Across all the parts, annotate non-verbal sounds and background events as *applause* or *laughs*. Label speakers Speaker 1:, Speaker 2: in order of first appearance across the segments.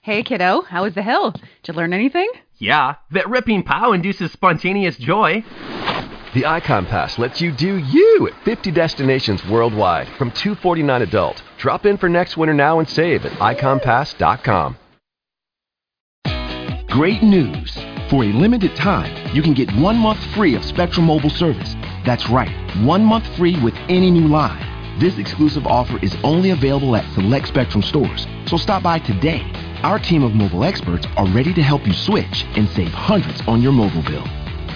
Speaker 1: Hey, kiddo, how was the hill? Did you learn anything?
Speaker 2: Yeah, that ripping pow induces spontaneous joy.
Speaker 3: The Icon Pass lets you do you at 50 destinations worldwide from 249 adult. Drop in for next winter now and save at iconpass.com.
Speaker 4: Great news! For a limited time, you can get one month free of Spectrum Mobile service. That's right, one month free with any new line. This exclusive offer is only available at select Spectrum stores, so stop by today. Our team of mobile experts are ready to help you switch and save hundreds on your mobile bill.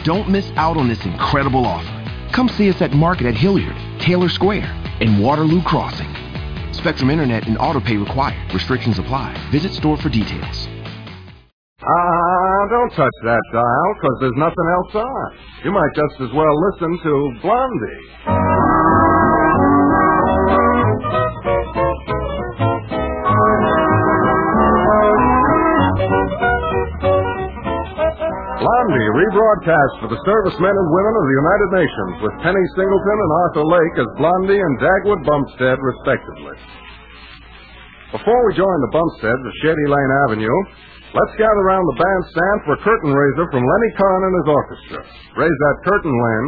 Speaker 4: Don't miss out on this incredible offer. Come see us at Market at Hilliard, Taylor Square, and Waterloo Crossing. Spectrum Internet and auto pay required. Restrictions apply. Visit store for details.
Speaker 5: Ah, don't touch that dial, because there's nothing else on. You might just as well listen to Blondie. Blondie rebroadcast for the servicemen and women of the United Nations with Penny Singleton and Arthur Lake as Blondie and Dagwood Bumpstead, respectively. Before we join the Bumpsteads of Shady Lane Avenue, let's gather around the bandstand for a curtain raiser from Lenny Kahn and his orchestra. Raise that curtain, Len.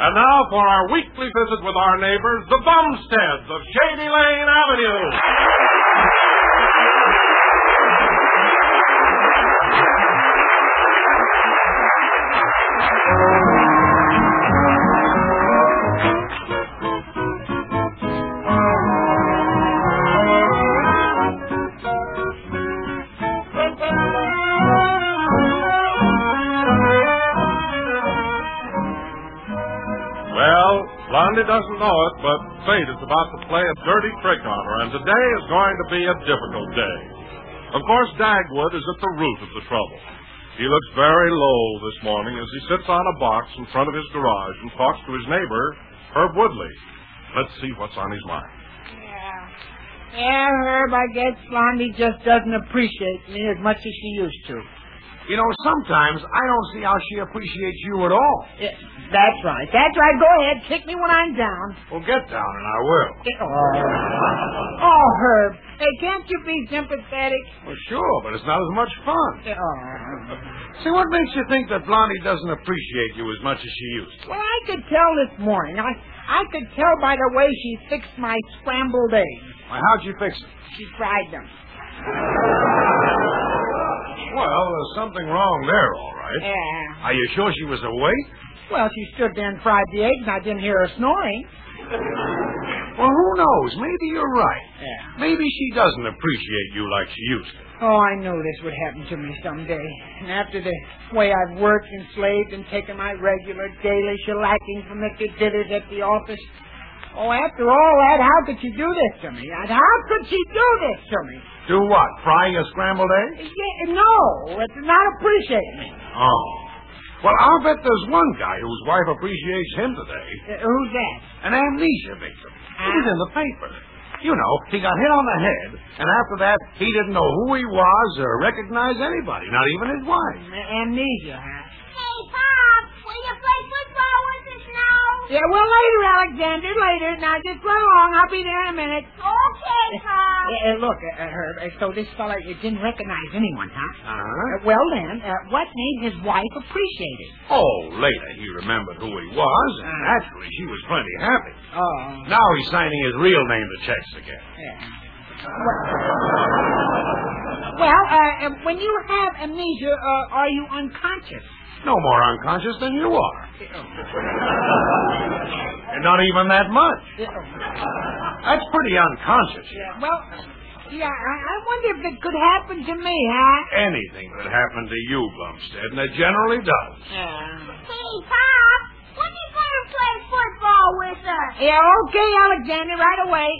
Speaker 6: And now for our weekly visit with our neighbors, the Bumsteads of Shady Lane Avenue. Well, Blondie doesn't know it, but fate is about to play a dirty trick on her, and today is going to be a difficult day. Of course, Dagwood is at the root of the trouble. He looks very low this morning as he sits on a box in front of his garage and talks to his neighbor, Herb Woodley. Let's see what's on his mind.
Speaker 7: Yeah. Yeah, Herb, I guess Blondie just doesn't appreciate me as much as she used to.
Speaker 8: You know, sometimes I don't see how she appreciates you at all.
Speaker 7: Yeah, that's right. That's right. Go ahead. Kick me when I'm down.
Speaker 8: Well, get down and I will.
Speaker 7: Eh, Oh, oh Herb. Hey, can't you be sympathetic?
Speaker 8: Well, sure, but it's not as much fun.
Speaker 7: Eh, Oh.
Speaker 8: See, what makes you think that Blondie doesn't appreciate you as much as she used to?
Speaker 7: Well, I could tell this morning. I, I could tell by the way she fixed my scrambled eggs.
Speaker 8: Why, how'd you fix it?
Speaker 7: She fried them.
Speaker 8: Well, there's something wrong there, all right.
Speaker 7: Yeah.
Speaker 8: Are you sure she was awake?
Speaker 7: Well, she stood there and fried the eggs, and I didn't hear her snoring.
Speaker 5: Well, who knows? Maybe you're right.
Speaker 7: Yeah.
Speaker 5: Maybe she doesn't appreciate you like she used to.
Speaker 7: Oh, I knew this would happen to me someday. And after the way I've worked and slaved and taken my regular daily shellacking from Mr. Dithers at the office. Oh, after all that, how could she do this to me? And How could she do this to me?
Speaker 5: Do what? Fry your scrambled eggs?
Speaker 7: Yeah, no, it's not appreciate me.
Speaker 5: Oh. Well, I'll bet there's one guy whose wife appreciates him today.
Speaker 7: Uh, who's that?
Speaker 5: An amnesia victim. It was in the paper. You know, he got hit on the head, and after that, he didn't know who he was or recognize anybody, not even his wife.
Speaker 7: A- amnesia, huh?
Speaker 6: Hey, Pop, will you play football with us now?
Speaker 7: Yeah, well, later, Alexander, later. Now, just run along. I'll be there in a minute.
Speaker 6: Okay, Pop.
Speaker 7: Uh, uh, look, uh, uh, Herb, uh, so this fella uh, didn't recognize anyone, huh?
Speaker 5: Uh-huh.
Speaker 7: Uh, well, then, uh, what made his wife appreciate it?
Speaker 5: Oh, later he remembered who he was, and naturally she was plenty happy.
Speaker 7: Oh,
Speaker 5: Now he's signing his real name to checks again.
Speaker 7: yeah. Well, uh, uh, when you have amnesia, uh, are you unconscious?
Speaker 5: No more unconscious than you are. and not even that much. That's pretty unconscious.
Speaker 7: Uh, Well, yeah, I, I wonder if it could happen to me, huh?
Speaker 5: Anything that happened to you, Bumstead, and it generally does.
Speaker 7: Yeah.
Speaker 6: Hey, Pop, when you gonna play football with us?
Speaker 7: Yeah, okay, Alexander, right away.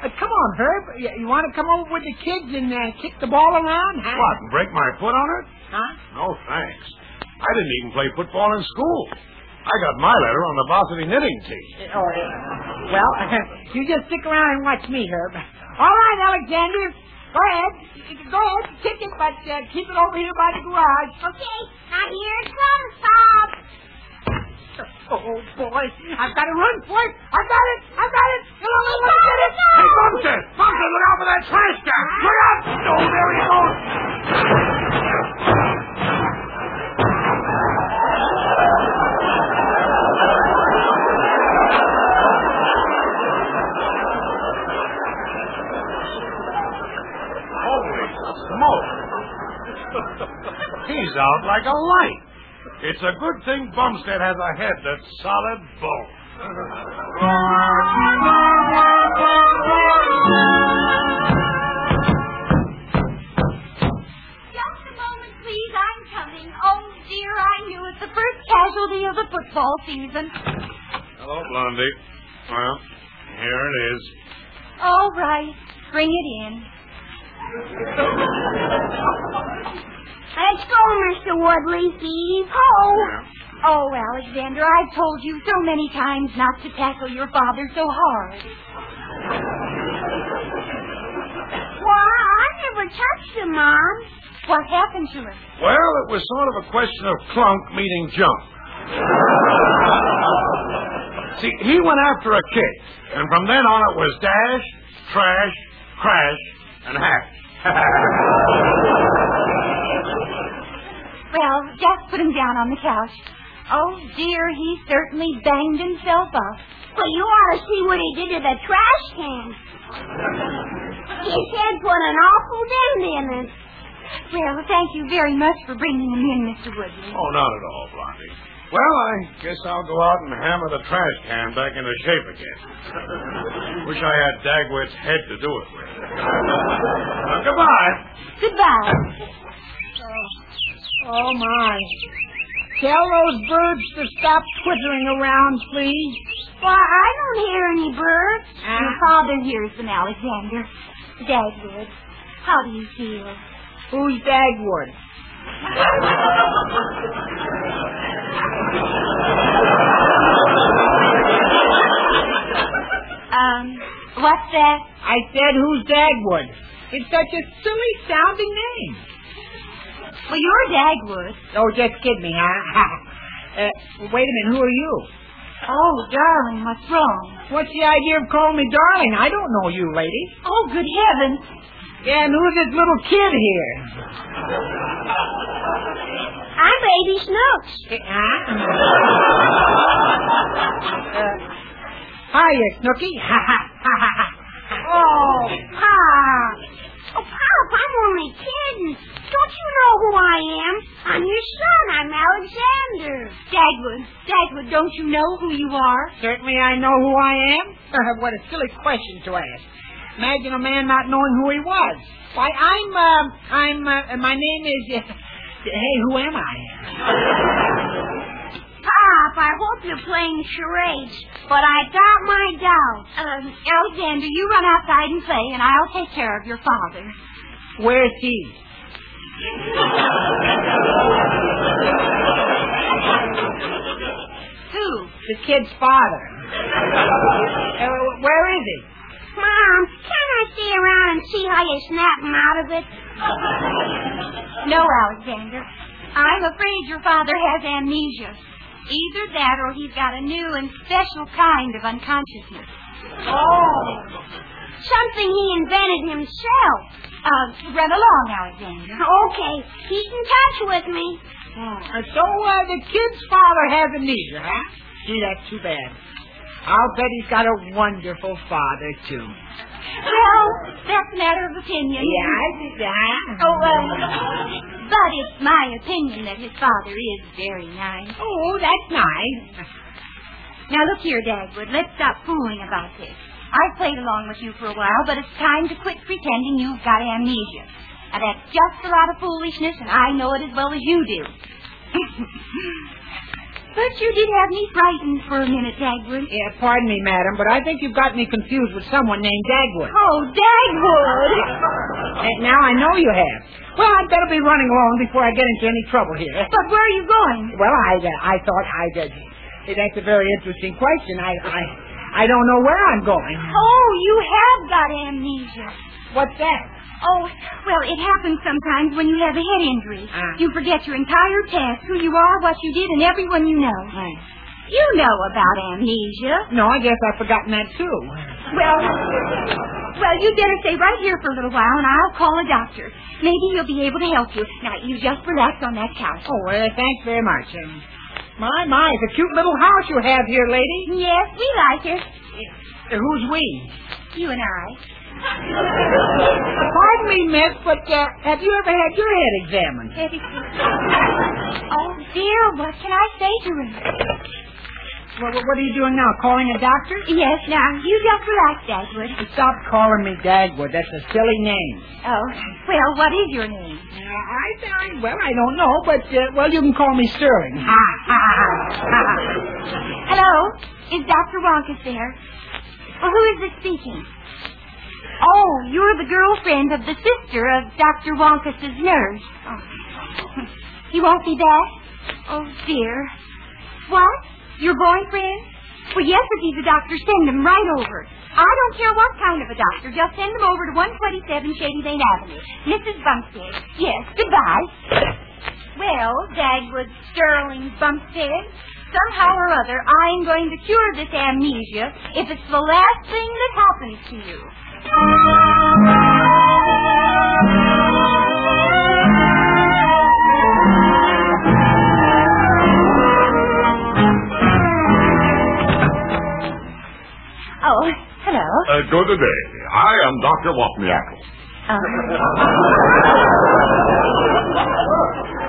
Speaker 7: Uh, come on, Herb. You, you want to come over with the kids and uh, kick the ball around? Huh?
Speaker 5: What, and break my foot on it?
Speaker 7: Huh?
Speaker 5: No, thanks. I didn't even play football in school. I got my letter on the varsity knitting team.
Speaker 7: Uh, Oh, yeah. Well, *laughs* you just stick around and watch me, Herb. All right, Alexander. Go ahead. Go ahead. Kick it, but uh, keep it over here by the garage.
Speaker 6: Okay, now here it comes, Pop.
Speaker 7: Oh, boy. I've got to run for it. I've got it. I've got it. Come on,
Speaker 6: Hey,
Speaker 7: let's get it.
Speaker 5: Hey,
Speaker 6: Pop,
Speaker 5: Bumstead! Bumstead, look out for that trash can! Look out! Oh, there he goes! Holy smoke! He's out like a light. It's a good thing Bumstead has a head that's solid bone.
Speaker 6: Just a moment, please. I'm coming. Oh, dear, I knew it. The first casualty of the football season.
Speaker 5: Hello, Blondie. Well, here it is.
Speaker 6: All right, bring it in. Let's go, Mr. Woodley. Heave ho! Oh, Alexander, I've told you so many times not to tackle your father so hard. Why, I never touched him, Mom. What happened to him?
Speaker 5: Well, it was sort of a question of clunk meeting junk. See, he went after a kick, and from then on it was dash, trash, crash, and hash. *laughs*
Speaker 6: Well, just put him down on the couch. Oh, dear, he certainly banged himself up. Well, you ought to see what he did to the trash can. His head put an awful dent in it. Well, thank you very much for bringing him in, Mr. Woodley.
Speaker 5: oh, not at all, Blondie. Well, I guess I'll go out and hammer the trash can back into shape again. *laughs* Wish I had Dagwood's head to do it with. Now, *laughs* goodbye.
Speaker 6: Goodbye.
Speaker 7: Oh, my. Tell those birds to stop twittering around, please.
Speaker 6: Why, I don't hear any birds.
Speaker 7: Ah.
Speaker 6: Your father hears them, Alexander. Dagwood, how do you feel?
Speaker 7: Who's Dagwood?
Speaker 6: Um, what's that?
Speaker 7: I said, who's Dagwood? It's such a silly sounding name.
Speaker 6: Well, you're Dagwood.
Speaker 7: Oh, just kid me, huh? *laughs* uh, wait a minute, who are you?
Speaker 6: Oh, darling, what's wrong?
Speaker 7: What's the idea of calling me darling? I don't know you, lady.
Speaker 6: Oh, good heavens.
Speaker 7: Yeah, and who's this little kid here?
Speaker 6: I'm Baby Snooks.
Speaker 7: Uh, huh? uh, hiya, *laughs*
Speaker 6: *laughs*
Speaker 7: Snooky. Ha ha ha ha.
Speaker 6: Oh, Pop. Oh, Pop, I'm only kidding. Don't you know who I am? I'm your son. I'm Alexander. Dagwood, Dagwood, don't you know who you are?
Speaker 7: Certainly I know who I am. *laughs* what a silly question to ask. Imagine a man not knowing who he was. Why, I'm, um, I'm, uh, my name is, *laughs* uh, hey, who am I?
Speaker 6: Pop, I hope you're playing charades, but I got my doubts. Um, Alexander, you run outside and play, and I'll take care of your father.
Speaker 7: Where's he?
Speaker 6: Who?
Speaker 7: The kid's father. uh, where is he?
Speaker 6: Mom, can I stay around and see how you snap him out of it? no, Alexander. I'm afraid your father has amnesia. Either that or he's got a new and special kind of unconsciousness.
Speaker 7: Oh.
Speaker 6: Something he invented himself. Uh, run along, Alexander. Okay. He's in touch with me.
Speaker 7: Uh, so, uh, the kid's father has amnesia, huh? Gee, that's too bad. I'll bet he's got a wonderful father, too.
Speaker 6: Well, that's a matter of opinion.
Speaker 7: Yeah, I think that.
Speaker 6: Oh, uh, but it's my opinion that his father is very nice.
Speaker 7: Oh, that's nice.
Speaker 6: Now look here, Dagwood. Let's stop fooling about this. I've played along with you for a while, but it's time to quit pretending you've got amnesia. Now that's just a lot of foolishness, and I know it as well as you do. *laughs* but you did have me frightened for a minute, Dagwood.
Speaker 7: Yeah, pardon me, madam, but I think you've got me confused with someone named Dagwood.
Speaker 6: Oh, Dagwood!
Speaker 7: and now I know you have. Well, I'd better be running along before I get into any trouble here.
Speaker 6: But where are you going?
Speaker 7: Well, I, uh, I thought I did. Hey, that's a very interesting question. I, I, I don't know where I'm going.
Speaker 6: Oh, you have got amnesia.
Speaker 7: What's that?
Speaker 6: Oh, well, it happens sometimes when you have a head injury.
Speaker 7: Uh.
Speaker 6: You forget your entire past, who you are, what you did, and everyone you know.
Speaker 7: Right.
Speaker 6: You know about amnesia.
Speaker 7: No, I guess I've forgotten that too.
Speaker 6: Well, well, you'd better stay right here for a little while, and I'll call a doctor. Maybe he'll be able to help you. Now, you just relax on that couch.
Speaker 7: Oh, well, thanks very much. Um, my, my, it's a cute little house you have here, lady.
Speaker 6: Yes, we like it.
Speaker 7: Uh, who's we?
Speaker 6: You and
Speaker 7: *laughs*
Speaker 6: I.
Speaker 7: Pardon me, miss, but uh, have you ever had your head examined?
Speaker 6: oh, dear, what can I say to him?
Speaker 7: Well, what are you doing now? Calling a doctor?
Speaker 6: Yes, now, you just relax, Dagwood.
Speaker 7: Stop calling me Dagwood. That's a silly name.
Speaker 6: Oh, well, what is your name?
Speaker 7: Uh, I, I, well, I don't know, but, uh, well, you can call me Sterling.
Speaker 6: Ha, ha, ha. *laughs* Hello, is Dr. Wonkus there? Well, who is this speaking? Oh, you're the girlfriend of the sister of Dr. Wonkus's nurse. *laughs* Oh. He won't be back? Oh, dear. What? Your boyfriend? Well, yes, if he's a doctor, send him right over. I don't care what kind of a doctor. Just send him over to 127 Shady Lane Avenue. Mrs. Bumpstead. Yes, goodbye. Well, Dagwood Sterling Bumpstead, somehow or other, I'm going to cure this amnesia if it's the last thing that happens to you. Oh, hello.
Speaker 5: Uh, good day. I am Dr. Wapniakle.
Speaker 6: Um.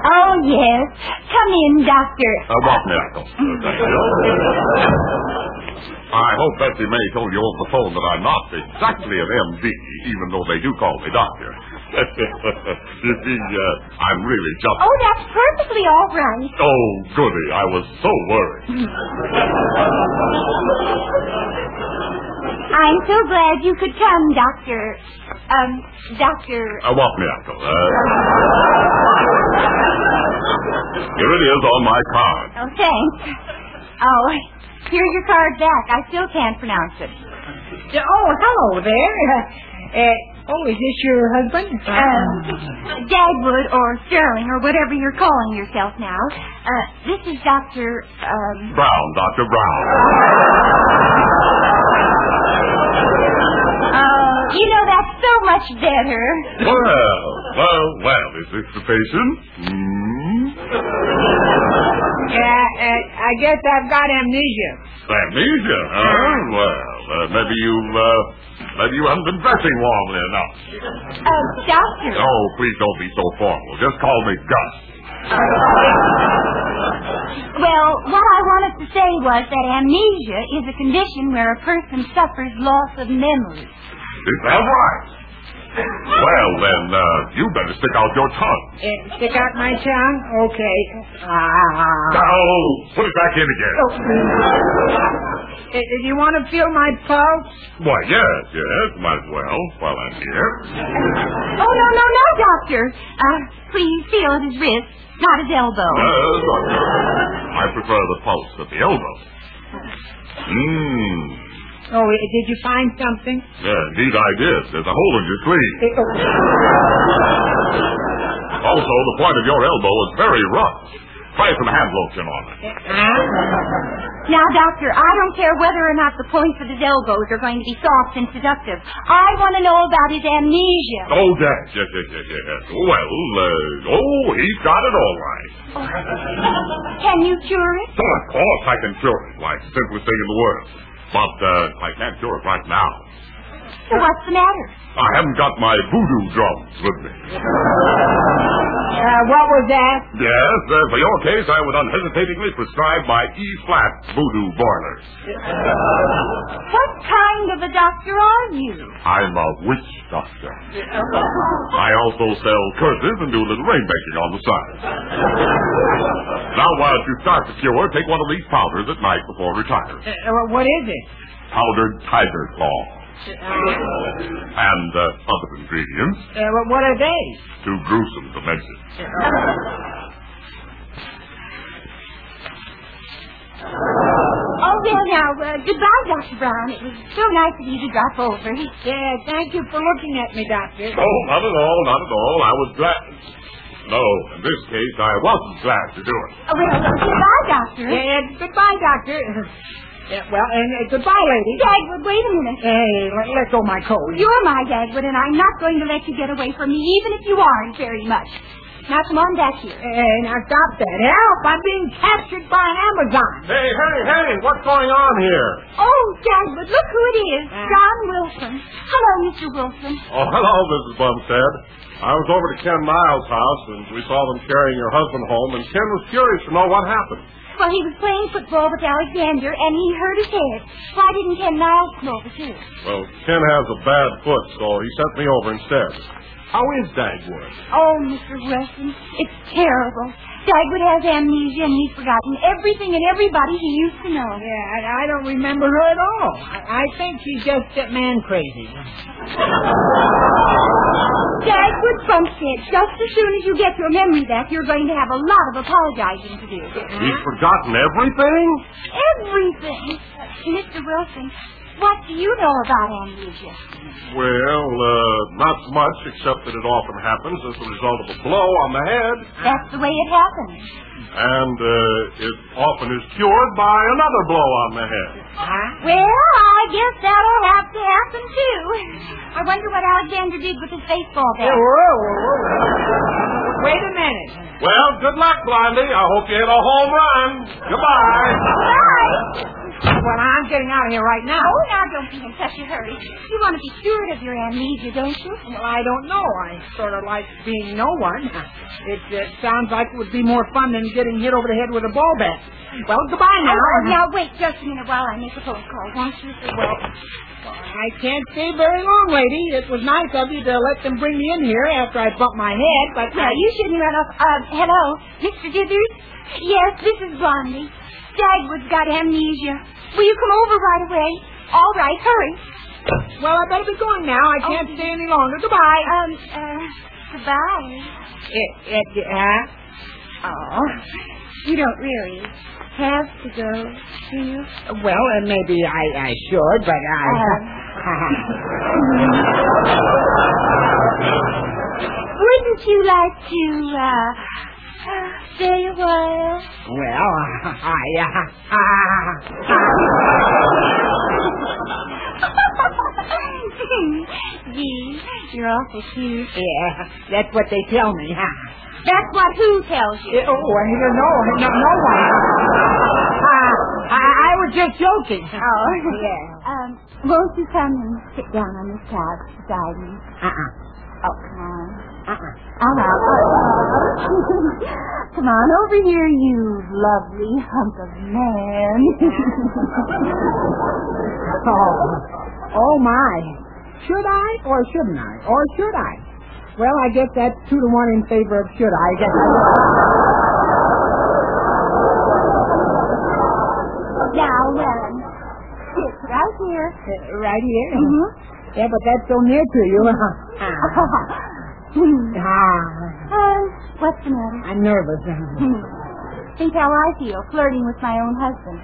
Speaker 6: oh, yes. Come in, Doctor.
Speaker 5: Uh, Wapniakle. Uh, *laughs* thank you. I hope Betsy May told you over the phone that I'm not exactly an MD, even though they do call me doctor. *laughs* you see, uh, I'm really just...
Speaker 6: Oh, that's perfectly all right.
Speaker 5: Oh, goody. I was so worried.
Speaker 6: I'm so glad you could come, Doctor. Um, Doctor.
Speaker 5: Uh, what miracle? Uh, here it is on my card.
Speaker 6: Oh, thanks. Oh, here's your card back. I still can't pronounce it.
Speaker 7: Uh, Oh, hello there. Uh, uh, oh, is this your husband?
Speaker 6: Um, Dagwood or Sterling or whatever you're calling yourself now. Uh, this is Doctor. Um,
Speaker 5: Brown, Dr. Brown.
Speaker 6: oh, you know that's so much better.
Speaker 5: Well, well, well, is this the patient? Hmm?
Speaker 7: Yeah, uh, I guess I've got amnesia.
Speaker 5: Amnesia? Huh? Well, uh, maybe you, uh, maybe you haven't been dressing warmly enough.
Speaker 6: Uh, doctor.
Speaker 5: Oh, please don't be so formal. Just call me Gus.
Speaker 6: Well, what I wanted to say was that amnesia is a condition where a person suffers loss of memory.
Speaker 5: Is that right? Well, then, uh, you better stick out your tongue.
Speaker 7: Uh, stick out my tongue? Okay.
Speaker 6: Oh.
Speaker 7: Ah.
Speaker 5: Now, Oh, put it back in again.
Speaker 7: Uh, do you want to feel my pulse?
Speaker 5: Why, yes, yes, might as well, while I'm here.
Speaker 6: Oh, no, no, no, doctor. Uh, please feel at his wrist, not his elbow.
Speaker 5: Yes, doctor. Uh, I prefer the pulse at the elbow. Mmm.
Speaker 7: Oh, uh, did you find something?
Speaker 5: Yeah, indeed I did. There's a hole in your sleeve.
Speaker 7: Uh, oh,
Speaker 5: Also, the point of your elbow is very rough. Try some hand lotion on it.
Speaker 6: *laughs* Now, doctor, I don't care whether or not the points of his elbows are going to be soft and seductive. I want to know about his amnesia.
Speaker 5: Oh, yes, yes, yes, yes, yes, yes. Well, uh, oh, he's got it all right.
Speaker 6: Can you cure it?
Speaker 5: Well, of course I can cure it. Why, it's the simplest thing in the world. But, uh, I can't cure it right now.
Speaker 6: So what's the matter?
Speaker 5: I haven't got my voodoo drums with me.
Speaker 7: Uh, what was that?
Speaker 5: Yes, uh, for your case, I would unhesitatingly prescribe my E-flat voodoo boilers.
Speaker 6: What kind of a doctor are you?
Speaker 5: I'm a witch doctor. I also sell curses and do a little rainmaking on the side. now, while you start the cure, take one of these powders at night before retiring.
Speaker 7: Uh, uh, what is it?
Speaker 5: Powdered tiger claw
Speaker 7: Uh,
Speaker 5: and uh, other ingredients
Speaker 7: uh, what are they?
Speaker 5: too gruesome to mention.
Speaker 6: Oh, well, now, uh, goodbye, Dr. Brown. It was so nice of you to drop over.
Speaker 7: Yeah, thank you for looking at me, Doctor.
Speaker 5: Oh, not at all, not at all. I was glad. No, in this case, I wasn't glad to do it.
Speaker 6: Oh, well, goodbye, Doctor.
Speaker 7: Yeah, yeah, goodbye,
Speaker 6: *laughs*
Speaker 7: Doctor. Yeah, well, and uh, goodbye, lady.
Speaker 6: Dagwood, wait a minute.
Speaker 7: Hey, let, let go my coat.
Speaker 6: You're my Dagwood, and I'm not going to let you get away from me, even if you aren't very much. Now, come on back here.
Speaker 7: Hey, now stop that. Help! I'm being captured by an Amazon.
Speaker 5: Hey, hey, hey, what's going on here?
Speaker 6: Oh, Dagwood, look who it is.
Speaker 7: Ah.
Speaker 6: John Wilson. Hello, Mr. Wilson.
Speaker 5: Oh, hello, Mrs. Bumstead. I was over to Ken Miles' house, and we saw them carrying your husband home, and Ken was curious to know what happened.
Speaker 6: Well, he was playing football with Alexander, and he hurt his head. Why didn't Ken Niles come over, too?
Speaker 5: Well, Ken has a bad foot, so he sent me over instead. How is Dagwood?
Speaker 6: Oh, Mr. Wilson, it's terrible. Dagwood has amnesia, and he's forgotten everything and everybody he used to know.
Speaker 7: Yeah, I, I don't remember her at all. I, I think she's just uh, man crazy.
Speaker 6: Dagwood Bumpstead, just as soon as you get your memory back, you're going to have a lot of apologizing to do.
Speaker 5: He's forgotten everything?
Speaker 6: Everything. Mr. Wilson, what do you know about amnesia?
Speaker 5: Well, uh, not much, except that it often happens as the result of a blow on the head,
Speaker 6: That's the way it happens.
Speaker 5: and uh, it often is cured by another blow on the head.
Speaker 7: Huh?
Speaker 6: Well, I guess that'll have to happen, too. I wonder what Alexander did with his baseball
Speaker 7: Hey,
Speaker 6: bat.
Speaker 7: whoa, whoa, whoa. Wait a minute.
Speaker 5: Well, good luck, Blondie. I hope you hit a home run. Goodbye.
Speaker 6: Bye.
Speaker 7: Well, I'm getting out of here right now.
Speaker 6: Oh, now don't be in such a hurry. You want to be cured of your amnesia, don't you?
Speaker 7: Well, I don't know. I sort of like being no one. It uh, sounds like it would be more fun than getting hit over the head with a ball bat. Well, goodbye now.
Speaker 6: Oh, now wait just a minute while I make a phone call, won't you? Well,
Speaker 7: I can't stay very long, lady. It was nice of you to let them bring me in here after I bumped my head, but
Speaker 6: now you shouldn't run off. Uh, hello, Mr. Dithers? Yes, this is Blondie. Dagwood's got amnesia. Will you come over right away? All right, hurry. Oh,
Speaker 7: well, I better be going now. I can't stay any longer. Goodbye.
Speaker 6: Um, uh, goodbye.
Speaker 7: It, it, uh,
Speaker 6: Oh, you don't really have to go, do you?
Speaker 7: Well, uh, maybe I, I should, but I.
Speaker 6: Uh-huh. *laughs* Wouldn't you like to, uh, stay a *laughs* while?
Speaker 7: well, *laughs* I. uh, *laughs*
Speaker 6: Gee, you're awful cute.
Speaker 7: yeah, that's what they tell me. *laughs* Uh,
Speaker 6: That's what who tells you.
Speaker 7: Eh, oh, I don't know. No, no one. Uh, I, I was just joking.
Speaker 6: Oh, *laughs* yeah. Um, won't you come and sit down on this couch beside me?
Speaker 7: *laughs* Uh-uh.
Speaker 6: Oh, come on. Uh-uh. *laughs* All right. come on over here, you lovely hunk of
Speaker 7: *laughs*
Speaker 6: man.
Speaker 7: Oh. oh, my. Should I or shouldn't I? Or should I? Well, I guess that's two to one in favor of should I. *laughs* I guess.
Speaker 6: now, um, sit right here.
Speaker 7: Uh, right here?
Speaker 6: Mhm.
Speaker 7: Yeah, but that's so near to you.
Speaker 6: Uh-huh. Hmm. *laughs*
Speaker 7: *laughs* ah,
Speaker 6: Oh, what's the matter?
Speaker 7: I'm
Speaker 6: *laughs*
Speaker 7: nervous.
Speaker 6: Hmm. Think how I feel flirting with my own
Speaker 7: *laughs*
Speaker 6: husband.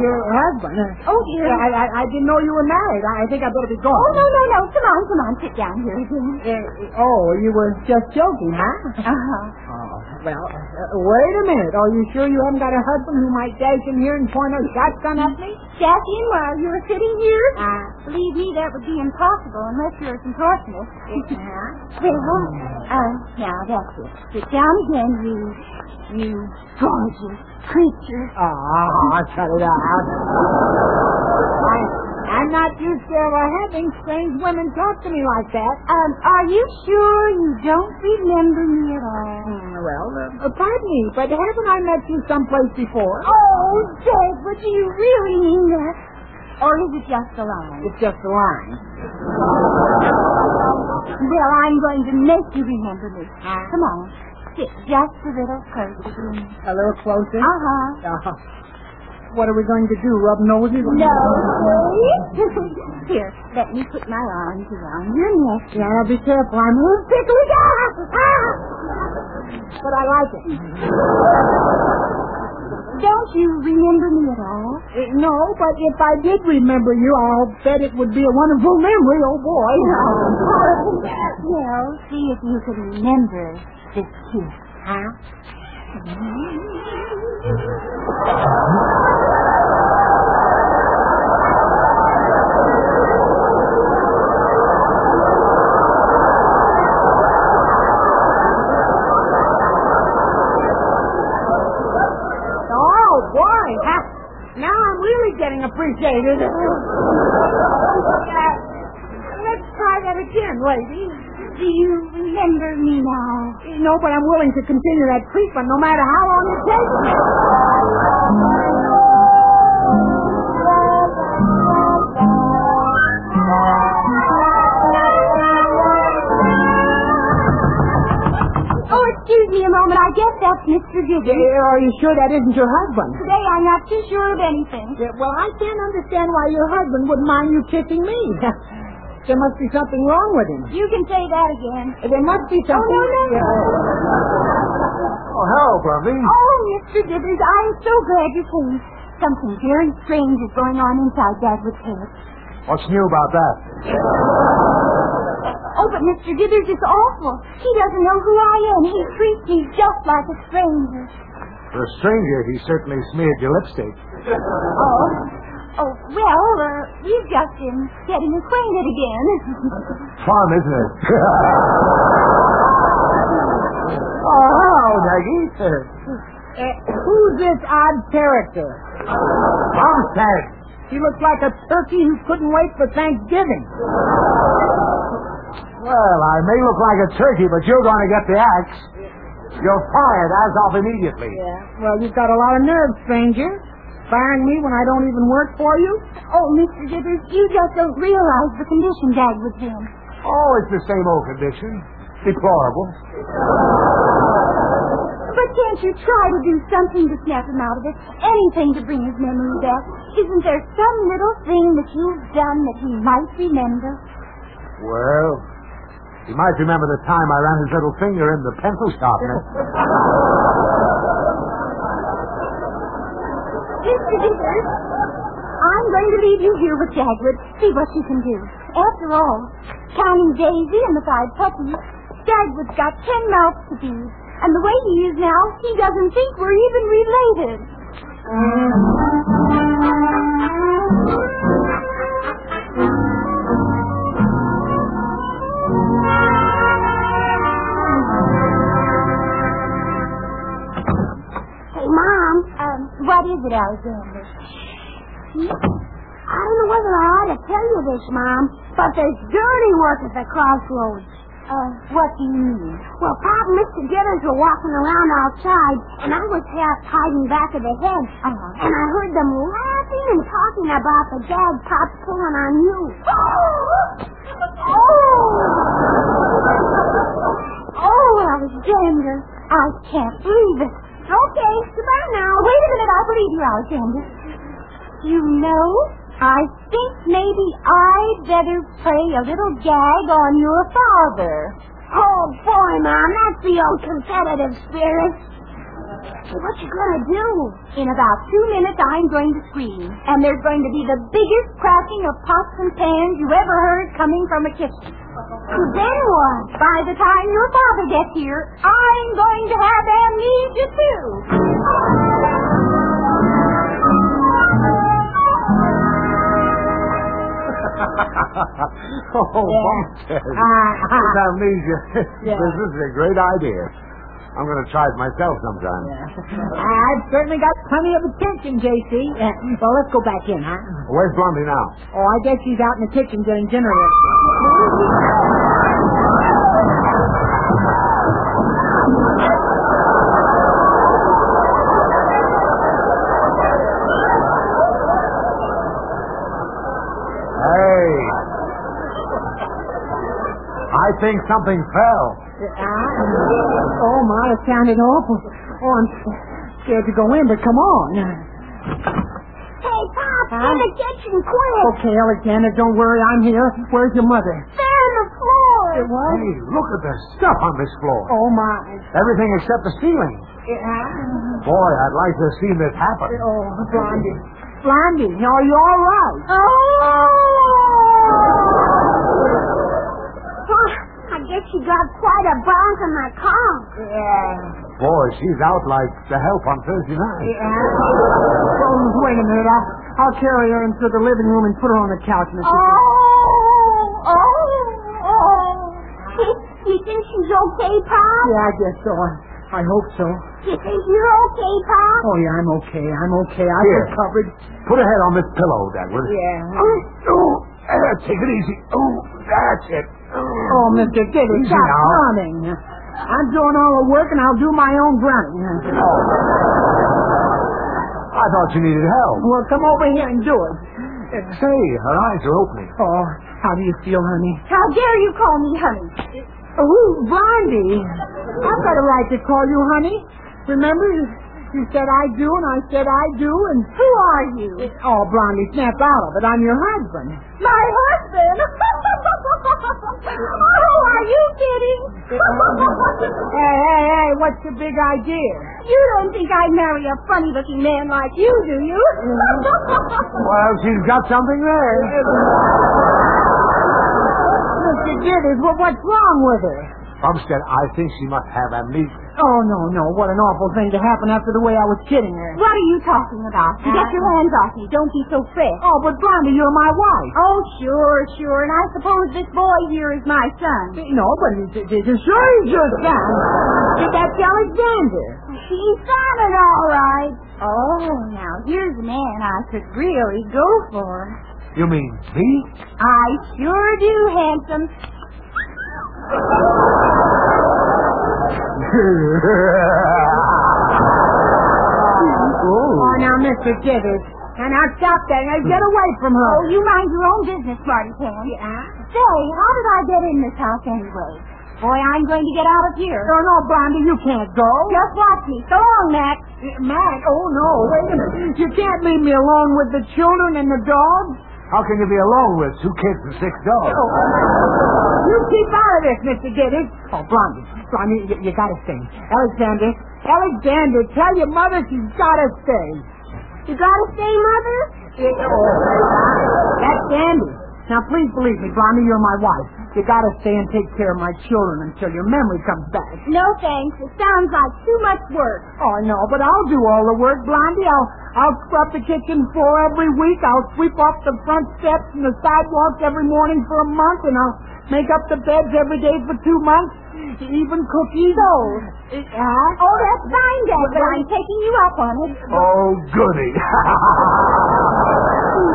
Speaker 7: Your husband?
Speaker 6: Oh, dear.
Speaker 7: I, I, I didn't know you were married. I, I think I better be going.
Speaker 6: Oh, no, no, no. Come on, come on. Sit down here again.
Speaker 7: *laughs* Uh, oh, you were just joking,
Speaker 6: *laughs*
Speaker 7: huh?
Speaker 6: Uh-huh.
Speaker 7: Oh, well, uh, wait a minute. Are you sure you haven't got a husband who might dash in here and point a shotgun at me?
Speaker 6: Jackie and while you were sitting here?
Speaker 7: Uh,
Speaker 6: Believe me, that would be impossible unless you're a contortionist. *laughs* well, uh, now that's it. Sit down again, you, you gorgeous creature. Ah,
Speaker 7: oh, shut it *laughs* out. I, I'm not used to ever having strange women talk to me like that.
Speaker 6: Um, are you sure you don't remember me at all?
Speaker 7: Hmm, well, uh, uh, pardon me, but haven't I met you someplace before?
Speaker 6: Oh, Dagwood, do you really mean that? Or is it just a lie?
Speaker 7: It's just a line.
Speaker 6: Well, I'm going to make you remember me. Come on, sit just a little closer to me.
Speaker 7: A little closer?
Speaker 6: Uh-huh.
Speaker 7: Uh, what are we going to do? Rub noses?
Speaker 6: No, please. *laughs* Here, let me put my arms around your neck.
Speaker 7: Yeah, be careful. I'm a little
Speaker 6: Pickle it up! Ah!
Speaker 7: but I like it.
Speaker 6: Don't you remember me at all?
Speaker 7: Uh, No, but if I did remember you, I'll bet it would be a wonderful memory, oh boy.
Speaker 6: *laughs* Well, see if you can remember this kiss.
Speaker 7: Huh? Oh, boy. Huh? Now I'm really getting appreciated. Uh, let's try that again, lady.
Speaker 6: Do you remember me now?
Speaker 7: You know, but I'm willing to continue that treatment no matter how long it takes.
Speaker 6: *laughs* Oh, excuse me a moment. I guess that's Mr. Diggins.
Speaker 7: Yeah, are you sure that isn't your husband?
Speaker 6: Today I'm not too sure of anything.
Speaker 7: Yeah, well, I can't understand why your husband wouldn't mind you kissing me. *laughs* there must be something wrong with him.
Speaker 6: You can say that again.
Speaker 7: There must be something.
Speaker 6: no, no, no.
Speaker 8: Oh, hello, Blondie.
Speaker 6: Oh, Mr. Dithers, I'm so glad you came. Something very strange is going on inside Dagwood's head.
Speaker 8: What's new about that?
Speaker 6: Oh, but Mr. Dithers is awful. He doesn't know who I am. He treats me just like a stranger.
Speaker 8: For a stranger, he certainly smeared your lipstick.
Speaker 6: Oh. Oh, well, uh, we've just been getting acquainted again.
Speaker 8: *laughs* Fun, isn't it? *laughs* oh, hello, Maggie.
Speaker 7: Uh,
Speaker 8: eh,
Speaker 7: who's this odd character?
Speaker 8: Bumstead.
Speaker 7: He looks like a turkey who couldn't wait for Thanksgiving.
Speaker 8: Well, I may look like a turkey, but you're going to get the axe. You're fired as of immediately.
Speaker 7: Yeah. Well, you've got a lot of nerve, stranger. Firing me when I don't even work for you?
Speaker 6: oh, Mr. Dithers, you just don't realize the condition Dagwood's in.
Speaker 8: Oh, it's the same old condition. Deplorable.
Speaker 6: But can't you try to do something to snap him out of it? Anything to bring his memory back? Isn't there some little thing that you've done that he might remember?
Speaker 8: Well, you might remember the time I ran his little finger in the pencil
Speaker 6: *laughs*
Speaker 8: sharpener.
Speaker 6: Mr. Dithers, I'm going to leave you here with Dagwood. See what you can do. After all, counting Daisy and the five puppies, Dagwood's got ten mouths to feed. And the way he is now, he doesn't think we're even related. Um, it, Alexander. Hmm? I don't know whether I ought to tell you this, Mom, but there's dirty work at the crossroads. Uh, what do you mean? Well, Pop and Mr. Gibbons were walking around outside, and I was half hiding back of the hedge.
Speaker 3: Uh-huh.
Speaker 6: And I heard them laughing and talking about the gagpipes pulling on you. oh! Oh, Alexander, I can't believe it. Okay, goodbye now. Wait a minute, I believe you, Alexander. You know, I think maybe I'd better play a little gag on your father. Oh, boy, Mom, that's the old competitive spirit. So what you gonna do? In about two minutes, I'm going to scream, and there's going to be the biggest cracking of pots and pans you ever heard coming from a kitchen. Then what? By the time your father gets here, I'm going to have amnesia too.
Speaker 9: *laughs* oh, Bumpstead.
Speaker 6: Uh, Uh-huh.
Speaker 9: It's amnesia. *laughs* this is a great idea. I'm going to try it myself sometime.
Speaker 7: I've certainly got plenty of attention, J.C. Uh, well, let's go back in, huh?
Speaker 9: Where's Blondie now?
Speaker 7: Oh, I guess she's out in the kitchen doing dinner.
Speaker 9: Hey. I think something fell.
Speaker 7: Uh, Oh, my, it sounded awful. Oh, I'm scared to go in, but come on.
Speaker 6: Hey, Pop, in the kitchen, quick.
Speaker 7: Okay, Alexander, don't worry, I'm here. Where's your
Speaker 8: uh,
Speaker 7: mother?
Speaker 6: There on the floor.
Speaker 9: Hey, look at the stuff on this floor.
Speaker 7: Oh, my.
Speaker 9: Everything except the ceiling. Boy, I'd like to have seen this happen.
Speaker 7: Oh, Blondie. Blondie, are you all right?
Speaker 6: Huh, I guess you got quite a bounce on my car.
Speaker 7: Yeah.
Speaker 9: Boy, she's out like the help on Thursday night.
Speaker 7: Oh, wait a minute. I'll, I'll carry her into the living room and put her on the couch, Mrs.
Speaker 6: Oh, oh, oh. *laughs* You think she's okay, Pop?
Speaker 7: Yeah, I guess so. I, I hope so.
Speaker 6: You think you're okay, Pop?
Speaker 7: Oh, yeah, I'm okay. I'm okay. I
Speaker 9: Here.
Speaker 7: recovered.
Speaker 9: Put her head on this pillow, Dagwood.
Speaker 7: Yeah.
Speaker 9: Oh, oh, uh, take it easy. Oh, that's it.
Speaker 7: Oh, Mr. Giddy,
Speaker 9: Easy
Speaker 7: stop
Speaker 9: now.
Speaker 7: running. I'm doing all the work, and I'll do my own grunting.
Speaker 9: Oh. I thought you needed help.
Speaker 7: Well, come over here and do it.
Speaker 9: Say, her eyes are opening.
Speaker 7: Oh, how do you feel, honey?
Speaker 6: How dare you call me honey?
Speaker 7: Oh, Blondie. I've got a right to call you honey. Remember, you, you said I do, and I said I do, and...
Speaker 6: Who are you?
Speaker 7: Oh, Blondie, snap out of it. I'm your husband.
Speaker 6: My husband?
Speaker 7: *laughs*
Speaker 6: oh, are you kidding?
Speaker 7: Hey, hey, hey, what's your big idea?
Speaker 6: you don't think I'd marry a funny-looking man like you, do
Speaker 7: *laughs*
Speaker 6: you?
Speaker 9: Well, she's got something there.
Speaker 7: Mr. Gidders, well, what's wrong with her?
Speaker 9: Bumstead, I think she must have amnesia.
Speaker 7: Oh, no, no. What an awful thing to happen after the way I was kidding her.
Speaker 6: what are you talking about? Get your hands off me. Don't be so fresh.
Speaker 7: Oh, but Blondie, you're my wife.
Speaker 6: Oh, sure, sure. And I suppose this boy here is my son.
Speaker 7: No, but it, it, it sure is your son. But that's Alexander.
Speaker 6: He's got it all right. Oh, now here's a man I could really go for.
Speaker 9: You mean me?
Speaker 6: I sure do, handsome.
Speaker 7: Oh, now, Mr. Gidders. And now stop that. Now get away from her.
Speaker 6: Oh, you mind your own business, Marty Pan. Say, how did I get in this house anyway? Boy, I'm going to get out of here.
Speaker 7: No, no, Blondie, you can't go.
Speaker 6: Just watch me. So long, Max.
Speaker 7: Matt, oh, no. Wait a minute. You can't leave me alone with the children and the dogs.
Speaker 9: How can you be alone with two kids and six dogs?
Speaker 7: You keep out of this, Mr. Giddings. Oh, Blondie, Blondie, you, you gotta stay. Alexander, Alexander, tell your mother she's gotta stay.
Speaker 6: You gotta stay, Mother?
Speaker 7: That's Andy. Now, please believe me, Blondie, you're my wife. You gotta stay and take care of my children until your memory comes back.
Speaker 6: No, thanks. It sounds like too much work.
Speaker 7: Oh, no, but I'll do all the work, Blondie. I'll, I'll scrub the kitchen floor every week. I'll sweep off the front steps and the sidewalks every morning for a month, and I'll make up the beds every day for two months. even cookies?
Speaker 6: Sold. Huh? Oh, that's fine, Dagwood. I'm taking you up on it.
Speaker 9: Oh, goody. *laughs*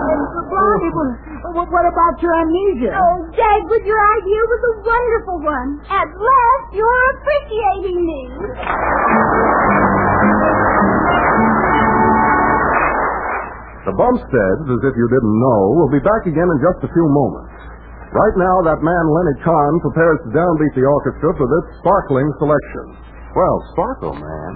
Speaker 7: But Blondie, what- what, what about your amnesia?
Speaker 6: Oh, Dagwood, your idea was a wonderful one. At last, you're appreciating me.
Speaker 10: The Bumsteads, as if you didn't know, will be back again in just a few moments. Right now, that man Leonard Kahn prepares to downbeat the orchestra for this sparkling selection. Well, sparkle, man.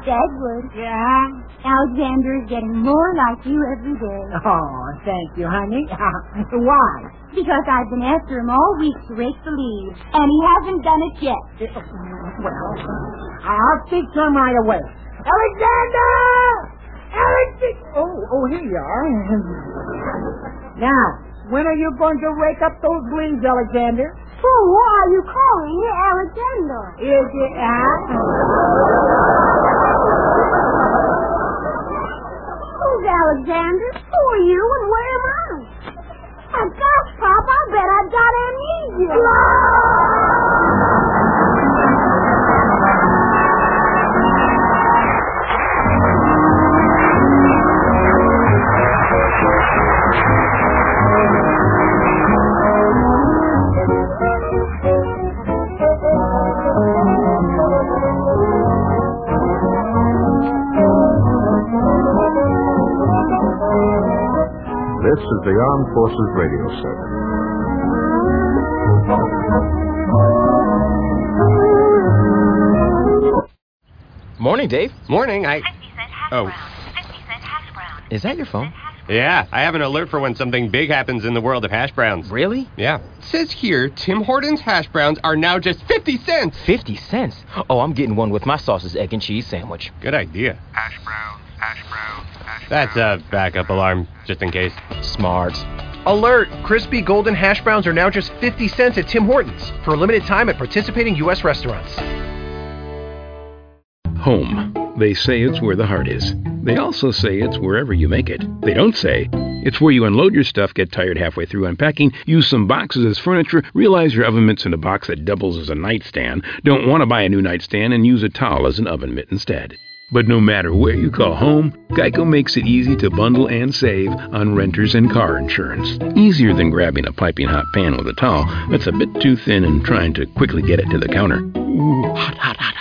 Speaker 6: Dagwood,
Speaker 7: Yeah?
Speaker 6: Alexander is getting more like you every day.
Speaker 7: Oh, thank you, honey. *laughs* Why?
Speaker 6: Because I've been after him all week to rake the leaves, and he hasn't done it yet.
Speaker 7: Well, I'll speak to him right away.
Speaker 6: Alexander!
Speaker 7: Alexander! Oh, oh, here you are. *laughs* now, *laughs* when are you going to rake up those leaves, Alexander?
Speaker 6: Who are you calling Alexander?
Speaker 7: Is it uh,
Speaker 6: Who's Alexander? Who are you and where am I? And gosh, Pop, I bet I've got amnesia.
Speaker 10: This is the Armed Forces Radio Service.
Speaker 3: Morning, Dave.
Speaker 11: Morning. I.
Speaker 3: Oh,
Speaker 11: Is that your phone?
Speaker 3: yeah. I have an alert for when something big happens in the world of hash browns.
Speaker 11: Really?
Speaker 3: Yeah. It says here Tim Hortons hash browns are now just 50 cents.
Speaker 11: 50 cents? Oh, I'm getting one with my sausage, egg, and cheese sandwich.
Speaker 3: Good idea. Hash browns, hash browns, hash That's a backup alarm, just in case.
Speaker 11: Smart.
Speaker 2: Alert! Crispy golden hash browns are now just 50 cents at Tim Hortons for a limited time at participating U.S. restaurants.
Speaker 12: Home. They say it's where the heart is. They also say it's wherever you make it. They don't say it's where you unload your stuff, get tired halfway through unpacking, use some boxes as furniture, realize your oven mitt's in a box that doubles as a nightstand, don't want to buy a new nightstand, and use a towel as an oven mitt instead. But no matter where you call home, Geico makes it easy to bundle and save on renters and car insurance. Easier than grabbing a piping hot pan with a towel that's a bit too thin and trying to quickly get it to the counter. Ooh, hot, hot, hot, hot.